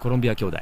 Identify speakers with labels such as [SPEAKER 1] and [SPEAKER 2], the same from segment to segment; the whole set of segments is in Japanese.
[SPEAKER 1] コロンビア兄弟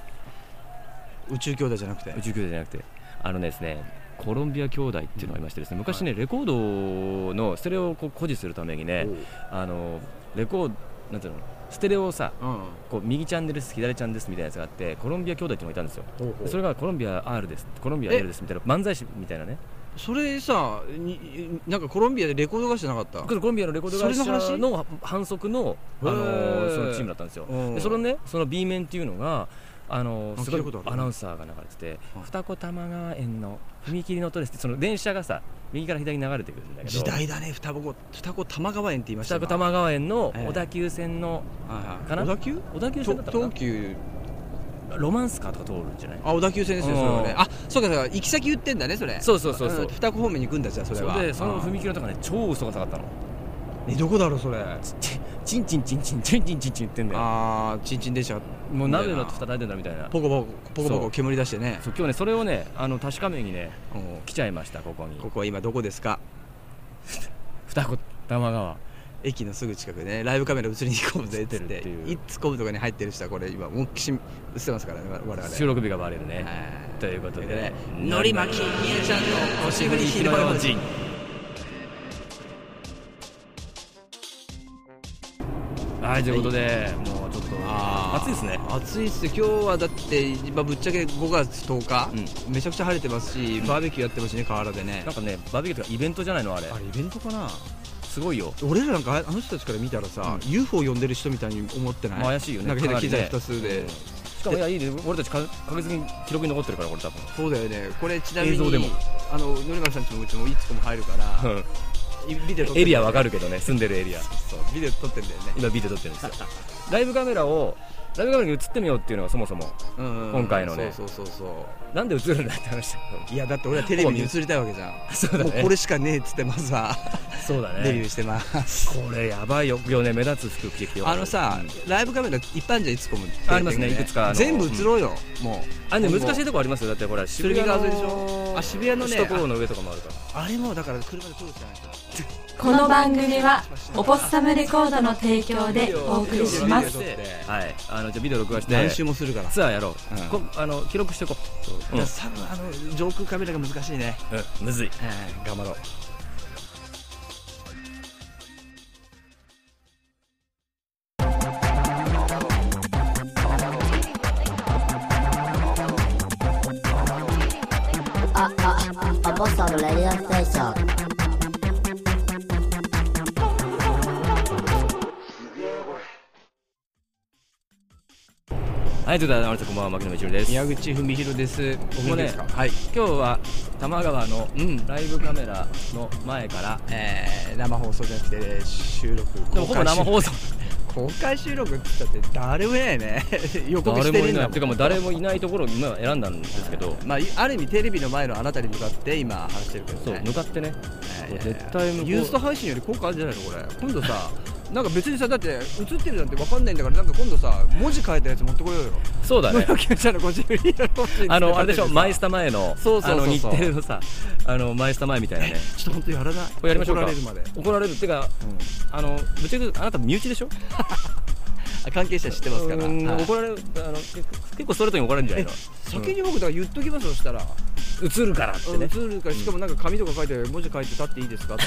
[SPEAKER 2] 宇宙兄弟じゃなくて
[SPEAKER 1] 宇宙兄弟じゃなくてあのねですねコロンビア兄弟っていうのがいましてですね昔ね、レコードのステレオをこう誇示するためにねあのレコードなんていうのステレオをさ
[SPEAKER 2] うん
[SPEAKER 1] こう右チャンネルです左チャンネルですみたいなやつがあってコロンビア兄弟っていうのがいたんですよ
[SPEAKER 2] ほうほう
[SPEAKER 1] それがコロンビア R ですコロンビア
[SPEAKER 2] え
[SPEAKER 1] L ですみたいな漫才師みたいなね
[SPEAKER 2] それさになんかコロンビアでレコード会社なかった
[SPEAKER 1] コロンビアのレコード会
[SPEAKER 2] それの
[SPEAKER 1] 社
[SPEAKER 2] 話
[SPEAKER 1] の反則のあ
[SPEAKER 2] へー
[SPEAKER 1] のーそのチームだったんですよ
[SPEAKER 2] うん
[SPEAKER 1] でそのねその B 面っていうのがあのー
[SPEAKER 2] あ
[SPEAKER 1] すごい
[SPEAKER 2] 聞いたことある
[SPEAKER 1] アナウンサーが流れてて
[SPEAKER 2] うん
[SPEAKER 1] 二子玉川園の踏切の音ですってその電車がさ右から左に流れてくるんだけど
[SPEAKER 2] 時代だね双子双子玉川園って言いました
[SPEAKER 1] 二子
[SPEAKER 2] よ
[SPEAKER 1] 玉川園の
[SPEAKER 2] ええ
[SPEAKER 1] 小田急線の
[SPEAKER 2] はいはい
[SPEAKER 1] かな
[SPEAKER 2] 小田急
[SPEAKER 1] 小田急線だった
[SPEAKER 2] と
[SPEAKER 1] かな
[SPEAKER 2] 東急
[SPEAKER 1] ロマンスカーとか通るんじゃない
[SPEAKER 2] あ小田急線ですねそれは
[SPEAKER 1] う
[SPEAKER 2] ね
[SPEAKER 1] ん
[SPEAKER 2] あそうかそうか行き先言ってんだねそれ
[SPEAKER 1] そうそうそうそうん
[SPEAKER 2] 双子方面に行くんだじゃあそれ
[SPEAKER 1] そ
[SPEAKER 2] は
[SPEAKER 1] れでその
[SPEAKER 2] うん
[SPEAKER 1] 踏切のとかね超嘘が下がったの
[SPEAKER 2] えどこだろうそれ
[SPEAKER 1] ちちんちんちんちんちんちんちんちん言ってんだよ
[SPEAKER 2] ああちんちん電車
[SPEAKER 1] もう鍋の蓋叩いてんだみたいな
[SPEAKER 2] ポコポコポコポ
[SPEAKER 1] そ
[SPEAKER 2] コ
[SPEAKER 1] う
[SPEAKER 2] 煙出してね
[SPEAKER 1] そう今日ねそれをねあの確かめにね
[SPEAKER 2] うん
[SPEAKER 1] 来ちゃいましたここに
[SPEAKER 2] ここは今どこですか
[SPEAKER 1] 二子玉川
[SPEAKER 2] 駅のすぐ近くでねライブカメラ映りに行こうぜっつっ
[SPEAKER 1] 映ってる
[SPEAKER 2] て
[SPEAKER 1] っていう
[SPEAKER 2] いつコムとかに入ってる人はこれ今もうきし映ってますからね我々
[SPEAKER 1] 収録日がバレるね、
[SPEAKER 2] はい
[SPEAKER 1] ということ
[SPEAKER 2] と
[SPEAKER 1] で
[SPEAKER 2] いうことでのり巻きみえちゃんの腰振り
[SPEAKER 1] ひ
[SPEAKER 2] ひ
[SPEAKER 1] ろ
[SPEAKER 2] ろ
[SPEAKER 1] よ
[SPEAKER 2] よ
[SPEAKER 1] う
[SPEAKER 2] じ
[SPEAKER 1] じんはいということで、もうちょっと
[SPEAKER 2] あー
[SPEAKER 1] 暑いですね
[SPEAKER 2] 暑いっすよ今日はだって、まあ、ぶっちゃけ5月10日、めちゃくちゃ晴れてますしバーベキューやってますしね河原でね
[SPEAKER 1] なんかねバーベキューとかイベントじゃないのあれ
[SPEAKER 2] あれイベントかな
[SPEAKER 1] すごいよ
[SPEAKER 2] 俺らなんかああの人たちから見たらさ、UFO 呼んでる人みたいに思ってない、
[SPEAKER 1] まあ怪しいよね
[SPEAKER 2] なんか変な機材
[SPEAKER 1] かなりね
[SPEAKER 2] 2つで、
[SPEAKER 1] うんしかもいやいいね俺たちか確実に記録に残ってるからこれ多分
[SPEAKER 2] そうだよねこれちなみに
[SPEAKER 1] 映像でも
[SPEAKER 2] あののりまきさんちもうちもいつこも入るから、 いビデオ撮って
[SPEAKER 1] エリアわ
[SPEAKER 2] は
[SPEAKER 1] かるけどね住んでるエリア
[SPEAKER 2] そうビデオ撮ってんだよね、
[SPEAKER 1] 今ビデオ撮ってるんで すよライブカメラをライブカメラに映ってみようっていうのがそもそも
[SPEAKER 2] うん
[SPEAKER 1] 今回のね
[SPEAKER 2] そうそうそうそ
[SPEAKER 1] なんで映るんだって話だけど
[SPEAKER 2] ういやだって俺はテレビに映りたいわけじゃん
[SPEAKER 1] そうだね
[SPEAKER 2] もうこれしかねえっつってま ずは
[SPEAKER 1] そうだ
[SPEAKER 2] デビューしてます
[SPEAKER 1] これやばいよよね目立つ服着てきてよ
[SPEAKER 2] あのさ、
[SPEAKER 1] うん
[SPEAKER 2] ライブカメラ一般じゃいつこも
[SPEAKER 1] ありますねいくつかあの
[SPEAKER 2] 全部映ろうよ、もう
[SPEAKER 1] あのね
[SPEAKER 2] 今後
[SPEAKER 1] 難しいとこありますよだってほら渋
[SPEAKER 2] 鶴見
[SPEAKER 1] 谷
[SPEAKER 2] 川
[SPEAKER 1] の
[SPEAKER 2] 沿いでしょあ渋谷のね
[SPEAKER 1] 首都高の上とかもあるから
[SPEAKER 2] あれもだから車で撮るしかないから
[SPEAKER 3] この番組はオポッサムレコードの提供でお送りします
[SPEAKER 1] はいあのじゃあビデオ録画して
[SPEAKER 2] 何周もするから、
[SPEAKER 1] ツアーやろう、
[SPEAKER 2] うん
[SPEAKER 1] こあの記録してこう、う
[SPEAKER 2] だ
[SPEAKER 1] ん
[SPEAKER 2] から多分あの上空カメラが難しいね、
[SPEAKER 1] うんむずい
[SPEAKER 2] 頑張ろう
[SPEAKER 4] あ、あ、あ、ポッサムレディオステーション。
[SPEAKER 1] はいということであなたこんばんは牧野道夫です
[SPEAKER 2] 宮口文博ですこ
[SPEAKER 1] ここね
[SPEAKER 2] はい
[SPEAKER 1] 今日は多摩川の
[SPEAKER 2] うん
[SPEAKER 1] ライブカメラの前から、
[SPEAKER 2] えー、生放送じゃなくて収録
[SPEAKER 1] でもほぼ生放送
[SPEAKER 2] 公開収録って言ったって誰もいな いね予告し
[SPEAKER 1] 誰
[SPEAKER 2] て
[SPEAKER 1] も
[SPEAKER 2] る
[SPEAKER 1] い
[SPEAKER 2] ん
[SPEAKER 1] な
[SPEAKER 2] だ
[SPEAKER 1] い
[SPEAKER 2] も
[SPEAKER 1] て
[SPEAKER 2] ん
[SPEAKER 1] かもう誰もいないところを今選んだんですけど
[SPEAKER 2] まあ、いある意味テレビの前のあなたに向かって今話してるけ
[SPEAKER 1] そ
[SPEAKER 2] ど
[SPEAKER 1] う
[SPEAKER 2] ね
[SPEAKER 1] 向かってね
[SPEAKER 2] えー
[SPEAKER 1] もう絶対向こう
[SPEAKER 2] ユースト配信より効果あるんじゃないのこれ今度さ なんか別にさだって映ってるなんて分かんないんだからなんか今度さ文字変えたやつ持ってこようよ
[SPEAKER 1] そうだ ね
[SPEAKER 2] 野球者のご自由にやろうって
[SPEAKER 1] あのあれでしょマイス
[SPEAKER 2] タ
[SPEAKER 1] タ前の
[SPEAKER 2] そうそうそうそ
[SPEAKER 1] あ
[SPEAKER 2] う
[SPEAKER 1] の日程のさあのマイスタ前みたいなね
[SPEAKER 2] ちょっと本当やらない
[SPEAKER 1] これやりましょうか
[SPEAKER 2] 怒られるまで、
[SPEAKER 1] 怒られるってかあのぶっちゃけあなた身内でしょ
[SPEAKER 2] あ関係者知ってますから、
[SPEAKER 1] うん
[SPEAKER 2] はい
[SPEAKER 1] 怒られるあの結結構ストレートに怒られるんじゃないの
[SPEAKER 2] 先に僕だから言っときますよそしたら、
[SPEAKER 1] 映るからって
[SPEAKER 2] うん
[SPEAKER 1] ね
[SPEAKER 2] 映るからしかもなんか紙とか書いて文字書いて立っていい ですかって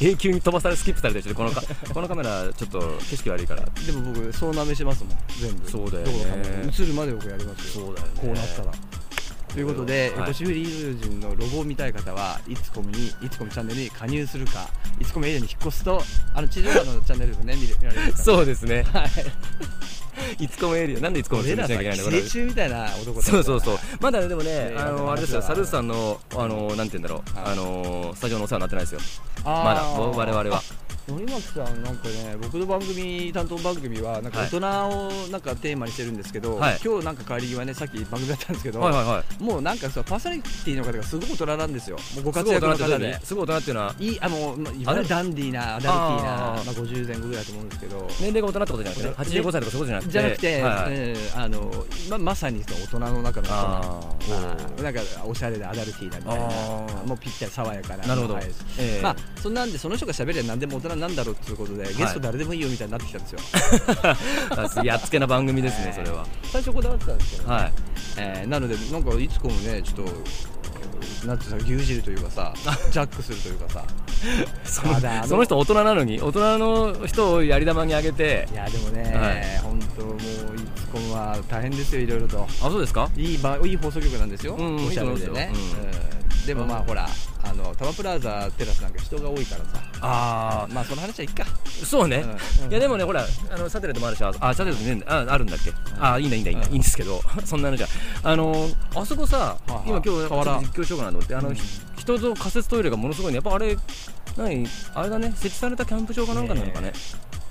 [SPEAKER 1] 永久に飛ばされスキップされてるしこのかこのカメラちょっと景色悪いから
[SPEAKER 2] でも僕総なめしますもん全部
[SPEAKER 1] そうだよね
[SPEAKER 2] どこかもう映るまで僕やりますよ
[SPEAKER 1] そうだよね
[SPEAKER 2] こうなったらということで、
[SPEAKER 1] はい
[SPEAKER 2] ご主婦リード人のロゴを見たい方は、いつこむに、いつこむチャンネルに加入するか、いつこむエリアに引っ越すと、あの地上波のチャンネルでもね、見れ見られるから。う。
[SPEAKER 1] そうですねはいいつこもエリアなんでいつこも
[SPEAKER 2] 俺
[SPEAKER 1] エリ
[SPEAKER 2] ら
[SPEAKER 1] ア
[SPEAKER 2] さ、
[SPEAKER 1] しなきゃいけないんだこれ
[SPEAKER 2] 寄生虫みたいな男だ
[SPEAKER 1] そうそうそう。まだねでもね
[SPEAKER 2] ね
[SPEAKER 1] あのあれですよ
[SPEAKER 2] まだ
[SPEAKER 1] サルースさんのあのなんて言うんだろう
[SPEAKER 2] はい
[SPEAKER 1] あのスタジオのお世話になってないですよ
[SPEAKER 2] あー
[SPEAKER 1] まだ我々は
[SPEAKER 2] のりまきさんなんかね僕の番組担当番組はなんか
[SPEAKER 1] はい
[SPEAKER 2] 大人をなんかテーマにしてるんですけど、
[SPEAKER 1] はい
[SPEAKER 2] 今日なんか帰り際ねさっき番組だったんですけど、
[SPEAKER 1] はいはいはい
[SPEAKER 2] もうなんかさパーソナリティの方がすごく大人なんですよもうご
[SPEAKER 1] す
[SPEAKER 2] 活
[SPEAKER 1] ごい大人
[SPEAKER 2] 躍の
[SPEAKER 1] って
[SPEAKER 2] 方
[SPEAKER 1] こと
[SPEAKER 2] で
[SPEAKER 1] ね。すごい大人っていうのはい
[SPEAKER 2] いあもうまあいわゆるダンディーなアダルティ
[SPEAKER 1] あ
[SPEAKER 2] ーな
[SPEAKER 1] ー
[SPEAKER 2] まあ、50前後ぐらいだと思うんですけど
[SPEAKER 1] 年齢が大人ってことじゃなくてね
[SPEAKER 2] これ
[SPEAKER 1] 85歳とかそういうことじゃなくて
[SPEAKER 2] じゃなくて、
[SPEAKER 1] はいはい
[SPEAKER 2] えーあのままさにその大人の中の人なんです
[SPEAKER 1] あー
[SPEAKER 2] はいなんかおしゃれでアダルティーなみたい
[SPEAKER 1] あー
[SPEAKER 2] なもうぴったり爽やかな
[SPEAKER 1] なるほど
[SPEAKER 2] はい
[SPEAKER 1] ええ
[SPEAKER 2] まあそんなんでその人が喋りゃ何でも大人は何だろうっていうことで、ゲスト誰でもいいよみたいになってきたんです よ。
[SPEAKER 1] あやっつけな番組です ねそれは
[SPEAKER 2] 最初こだわってたんですけど、
[SPEAKER 1] はい
[SPEAKER 2] えーなのでなんかいつこもねちょっとなんていうの牛耳るというか さジャックするというかさ
[SPEAKER 1] そ
[SPEAKER 2] まだあ
[SPEAKER 1] の
[SPEAKER 2] の
[SPEAKER 1] その人大人なのに大人の人をやり玉にあげて
[SPEAKER 2] いやでも
[SPEAKER 1] はい
[SPEAKER 2] ね、本当もういつこもは大変ですよいろいろと
[SPEAKER 1] あそうですか
[SPEAKER 2] いいばいい放送局なんですよ、
[SPEAKER 1] うん
[SPEAKER 2] おしゃれでね
[SPEAKER 1] いいと思いま
[SPEAKER 2] うんでもまあほらあのタワープラザテラスなんか人が多いからさ
[SPEAKER 1] あ
[SPEAKER 2] まあその話はいっか
[SPEAKER 1] そうね、
[SPEAKER 2] うん
[SPEAKER 1] いやでもねほらあのサテライトもあるしああサテライトねああるんだっけ、あいいんだいいんだいいんだ、
[SPEAKER 2] うん
[SPEAKER 1] いいんですけど そんなのじゃあのあそこさ、
[SPEAKER 2] いはい
[SPEAKER 1] 今今日ちょっ
[SPEAKER 2] 河原
[SPEAKER 1] と実況しようかなと思ってあの、
[SPEAKER 2] うん
[SPEAKER 1] ひ人と仮設トイレがものすごいねやっぱあれ何あれだね設置されたキャンプ場かなんかなのかね
[SPEAKER 2] ね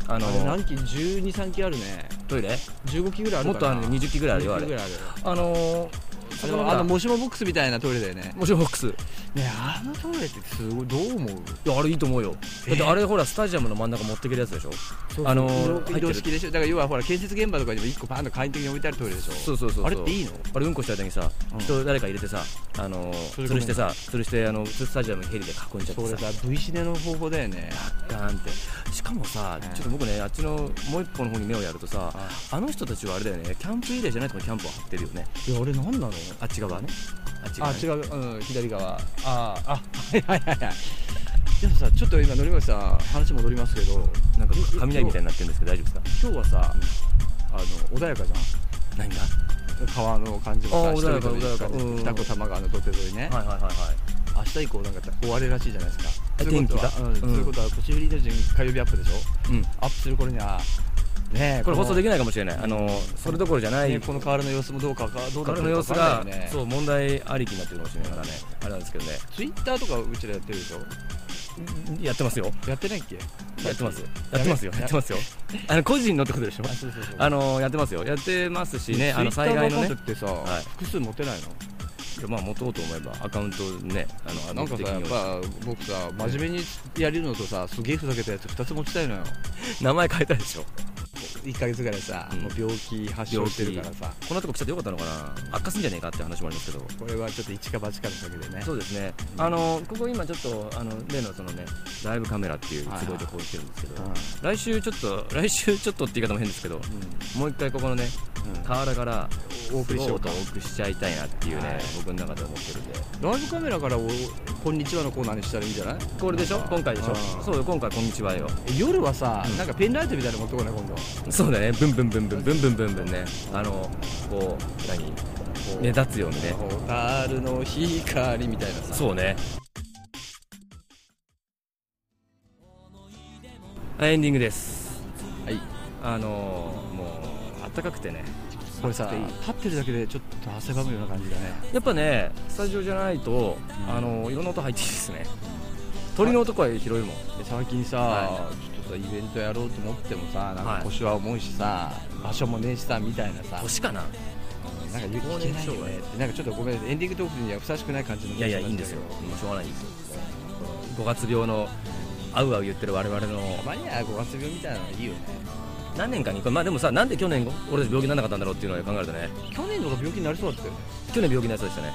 [SPEAKER 1] あ
[SPEAKER 2] あれ
[SPEAKER 1] の
[SPEAKER 2] 何機1 2 3機あるね
[SPEAKER 1] トイレ
[SPEAKER 2] 15機ぐらいある
[SPEAKER 1] もっと
[SPEAKER 2] か
[SPEAKER 1] あ
[SPEAKER 2] な
[SPEAKER 1] るね20機ぐらいあるよあ
[SPEAKER 2] 20ぐ
[SPEAKER 1] れ
[SPEAKER 2] らいある
[SPEAKER 1] あの
[SPEAKER 2] あ
[SPEAKER 1] そ
[SPEAKER 2] で
[SPEAKER 1] こ
[SPEAKER 2] も
[SPEAKER 1] の
[SPEAKER 2] あの
[SPEAKER 1] も
[SPEAKER 2] もしもボックスみたいなトイレだよね
[SPEAKER 1] もちろんフォックス
[SPEAKER 2] ねあのトイレってすごいどう思う
[SPEAKER 1] いやあれいいと思うよだってあれほらスタジアムの真ん中持ってけるやつでしょあのー
[SPEAKER 2] 移動式でしょだから要はほら建設現場とかにも一個パンと簡易的に置いてあるトイレでしょ
[SPEAKER 1] そうそうそうそう
[SPEAKER 2] あれっていいの
[SPEAKER 1] あれうんこした間にさ、
[SPEAKER 2] うん
[SPEAKER 1] 人誰か入れてさ、あの
[SPEAKER 2] そ
[SPEAKER 1] ー、
[SPEAKER 2] れ
[SPEAKER 1] 吊るしてさ吊るしてあのスタジアムにヘリで囲んじゃっ
[SPEAKER 2] そ
[SPEAKER 1] てさ
[SPEAKER 2] れさ V シネの方法だよね
[SPEAKER 1] ガーンってしかもさ、
[SPEAKER 2] うん
[SPEAKER 1] ちょっと僕ねあっちのもう一個の方に目をやるとさ、
[SPEAKER 2] あ
[SPEAKER 1] あの人たちはあれだよねキャンプ以外じゃないとこにキャンプを張ってるよね
[SPEAKER 2] いやあれ何なの
[SPEAKER 1] あっち側ねあっち側
[SPEAKER 2] あ
[SPEAKER 1] ね
[SPEAKER 2] 違う、うん、左側ああはいはいはいはいでもさちょっと今乗り越さん話戻りますけど
[SPEAKER 1] なんか雷みたいになってるんですけど大丈夫ですか
[SPEAKER 2] 今日はさ、あの穏やかじゃ
[SPEAKER 1] 何が
[SPEAKER 2] ん川の感じもさ
[SPEAKER 1] あー穏やか
[SPEAKER 2] 人々の
[SPEAKER 1] 穏やかうん
[SPEAKER 2] 二子玉川の土手沿いね、
[SPEAKER 1] はいはいはいはい
[SPEAKER 2] 明日以降なんか終わりらしいじゃないですか
[SPEAKER 1] え
[SPEAKER 2] ということ
[SPEAKER 1] 天
[SPEAKER 2] は
[SPEAKER 1] 気が
[SPEAKER 2] うんと
[SPEAKER 1] うん
[SPEAKER 2] いうことは年ぶりの順火曜日アップでしょ
[SPEAKER 1] うん
[SPEAKER 2] アップする頃にはねえ
[SPEAKER 1] これ放送で
[SPEAKER 2] き
[SPEAKER 1] きないかもしれないあのーそれどころじゃない、
[SPEAKER 2] ね、この河原の様子もどうかかどうな
[SPEAKER 1] 彼
[SPEAKER 2] って
[SPEAKER 1] の様
[SPEAKER 2] るか
[SPEAKER 1] 子
[SPEAKER 2] 分か
[SPEAKER 1] が、
[SPEAKER 2] んないよね
[SPEAKER 1] そう問題ありきになってるかもしれないからねあれなんですけどね
[SPEAKER 2] ツイッターとかうちらやってるでしょ
[SPEAKER 1] やってますよ
[SPEAKER 2] やってないっけ
[SPEAKER 1] やってますよやってますよやってますよあの個人のってことでしょ
[SPEAKER 2] あそうそうそう
[SPEAKER 1] あのやってますよやってますしねあの
[SPEAKER 2] ツイッ
[SPEAKER 1] 災
[SPEAKER 2] ター
[SPEAKER 1] 害の
[SPEAKER 2] ア
[SPEAKER 1] ね
[SPEAKER 2] カウントってさ、
[SPEAKER 1] はい
[SPEAKER 2] 複数持てないの
[SPEAKER 1] まあ持とうと思えばアカウントをねあの
[SPEAKER 2] なんかさやっぱ僕さ真面目にやれるのとさすげえふざけたやつ2つ持ちたいのよ
[SPEAKER 1] 名前変えたでしょ
[SPEAKER 2] 1か月ぐらいさ、
[SPEAKER 1] うん
[SPEAKER 2] もう病気発症してるからさ
[SPEAKER 1] こんなとこ来ちゃってよかったのかな悪化すんじゃねえかって話もありますけど
[SPEAKER 2] これはちょっと一か八かのおかげでね
[SPEAKER 1] そうですねあのここ今ちょっとあの例のそのねライブカメラっていう
[SPEAKER 2] はいはい
[SPEAKER 1] 都合でこう言ってるんですけど
[SPEAKER 2] うん
[SPEAKER 1] 来週ちょっと来週ちょっとって言い方も変ですけどもう一回ここのね
[SPEAKER 2] うん
[SPEAKER 1] 河原から
[SPEAKER 2] お送りしよ
[SPEAKER 1] お
[SPEAKER 2] うか
[SPEAKER 1] 送りしちゃいたいなっていう
[SPEAKER 2] は
[SPEAKER 1] ね
[SPEAKER 2] い
[SPEAKER 1] 僕の中で思ってるんで
[SPEAKER 2] ライブカメラからお「こんにちは」のコーナーにしたらいいんじゃない
[SPEAKER 1] これでしょ今回でしょ
[SPEAKER 2] うん
[SPEAKER 1] そうよ今回こんにちはよ
[SPEAKER 2] 夜はさ、なんかペンライトみたいなの持ってこない今度
[SPEAKER 1] そうだねブンブンブンブンブンブンブンブンねあのこう何目立つようにね
[SPEAKER 2] ホタルの光みたいなさ
[SPEAKER 1] そうねあエンディングです
[SPEAKER 2] はい
[SPEAKER 1] あのーもう暖かくてね
[SPEAKER 2] これさ
[SPEAKER 1] いい
[SPEAKER 2] 立ってるだけでちょっと汗ばむような感じだね
[SPEAKER 1] やっぱねスタジオじゃないと、
[SPEAKER 2] うん
[SPEAKER 1] あのーいろんな音入ってきてですね鳥の音は拾えるもん
[SPEAKER 2] で最近さ、
[SPEAKER 1] は
[SPEAKER 2] ちょっとさイベントやろうと思ってもさなん
[SPEAKER 1] は
[SPEAKER 2] か
[SPEAKER 1] い
[SPEAKER 2] 腰は重いしさ、場所もねえしさみたいなさ
[SPEAKER 1] 年かな
[SPEAKER 2] なんか言う聞けないよねってなんかちょっとごめんエンディングトークにはふさわしくない感じの
[SPEAKER 1] いやいやいいんですよもうしょうがないですよ5月病のあうあう言ってる我々の
[SPEAKER 2] たまには5月病みたいなのがいいよね
[SPEAKER 1] 何年かに一回まあでもさなんで去年俺たち病気にならなかったんだろうっていうのを考えるとね
[SPEAKER 2] 去年の方が病気になりそうだったよね
[SPEAKER 1] 去年病気になりそうでしたね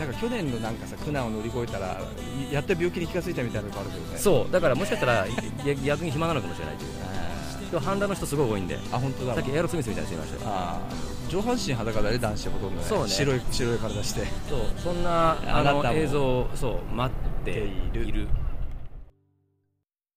[SPEAKER 2] なんか去年のなんかさ苦難を乗り越えたらやっと病気に気がついたみたいなのがあるけどね
[SPEAKER 1] そうだからもしかしたら逆 逆に暇なのかもしれないという今日半裸の人すごい多いんで
[SPEAKER 2] あ本当だ
[SPEAKER 1] さっきエアロスミスみたいな人いましたよ
[SPEAKER 2] あー上半身裸だね男子はほとんどね
[SPEAKER 1] そうね
[SPEAKER 2] 白い白い体して
[SPEAKER 1] そうそんな
[SPEAKER 2] あ
[SPEAKER 1] あ
[SPEAKER 2] なたも
[SPEAKER 1] の映像をそう待っている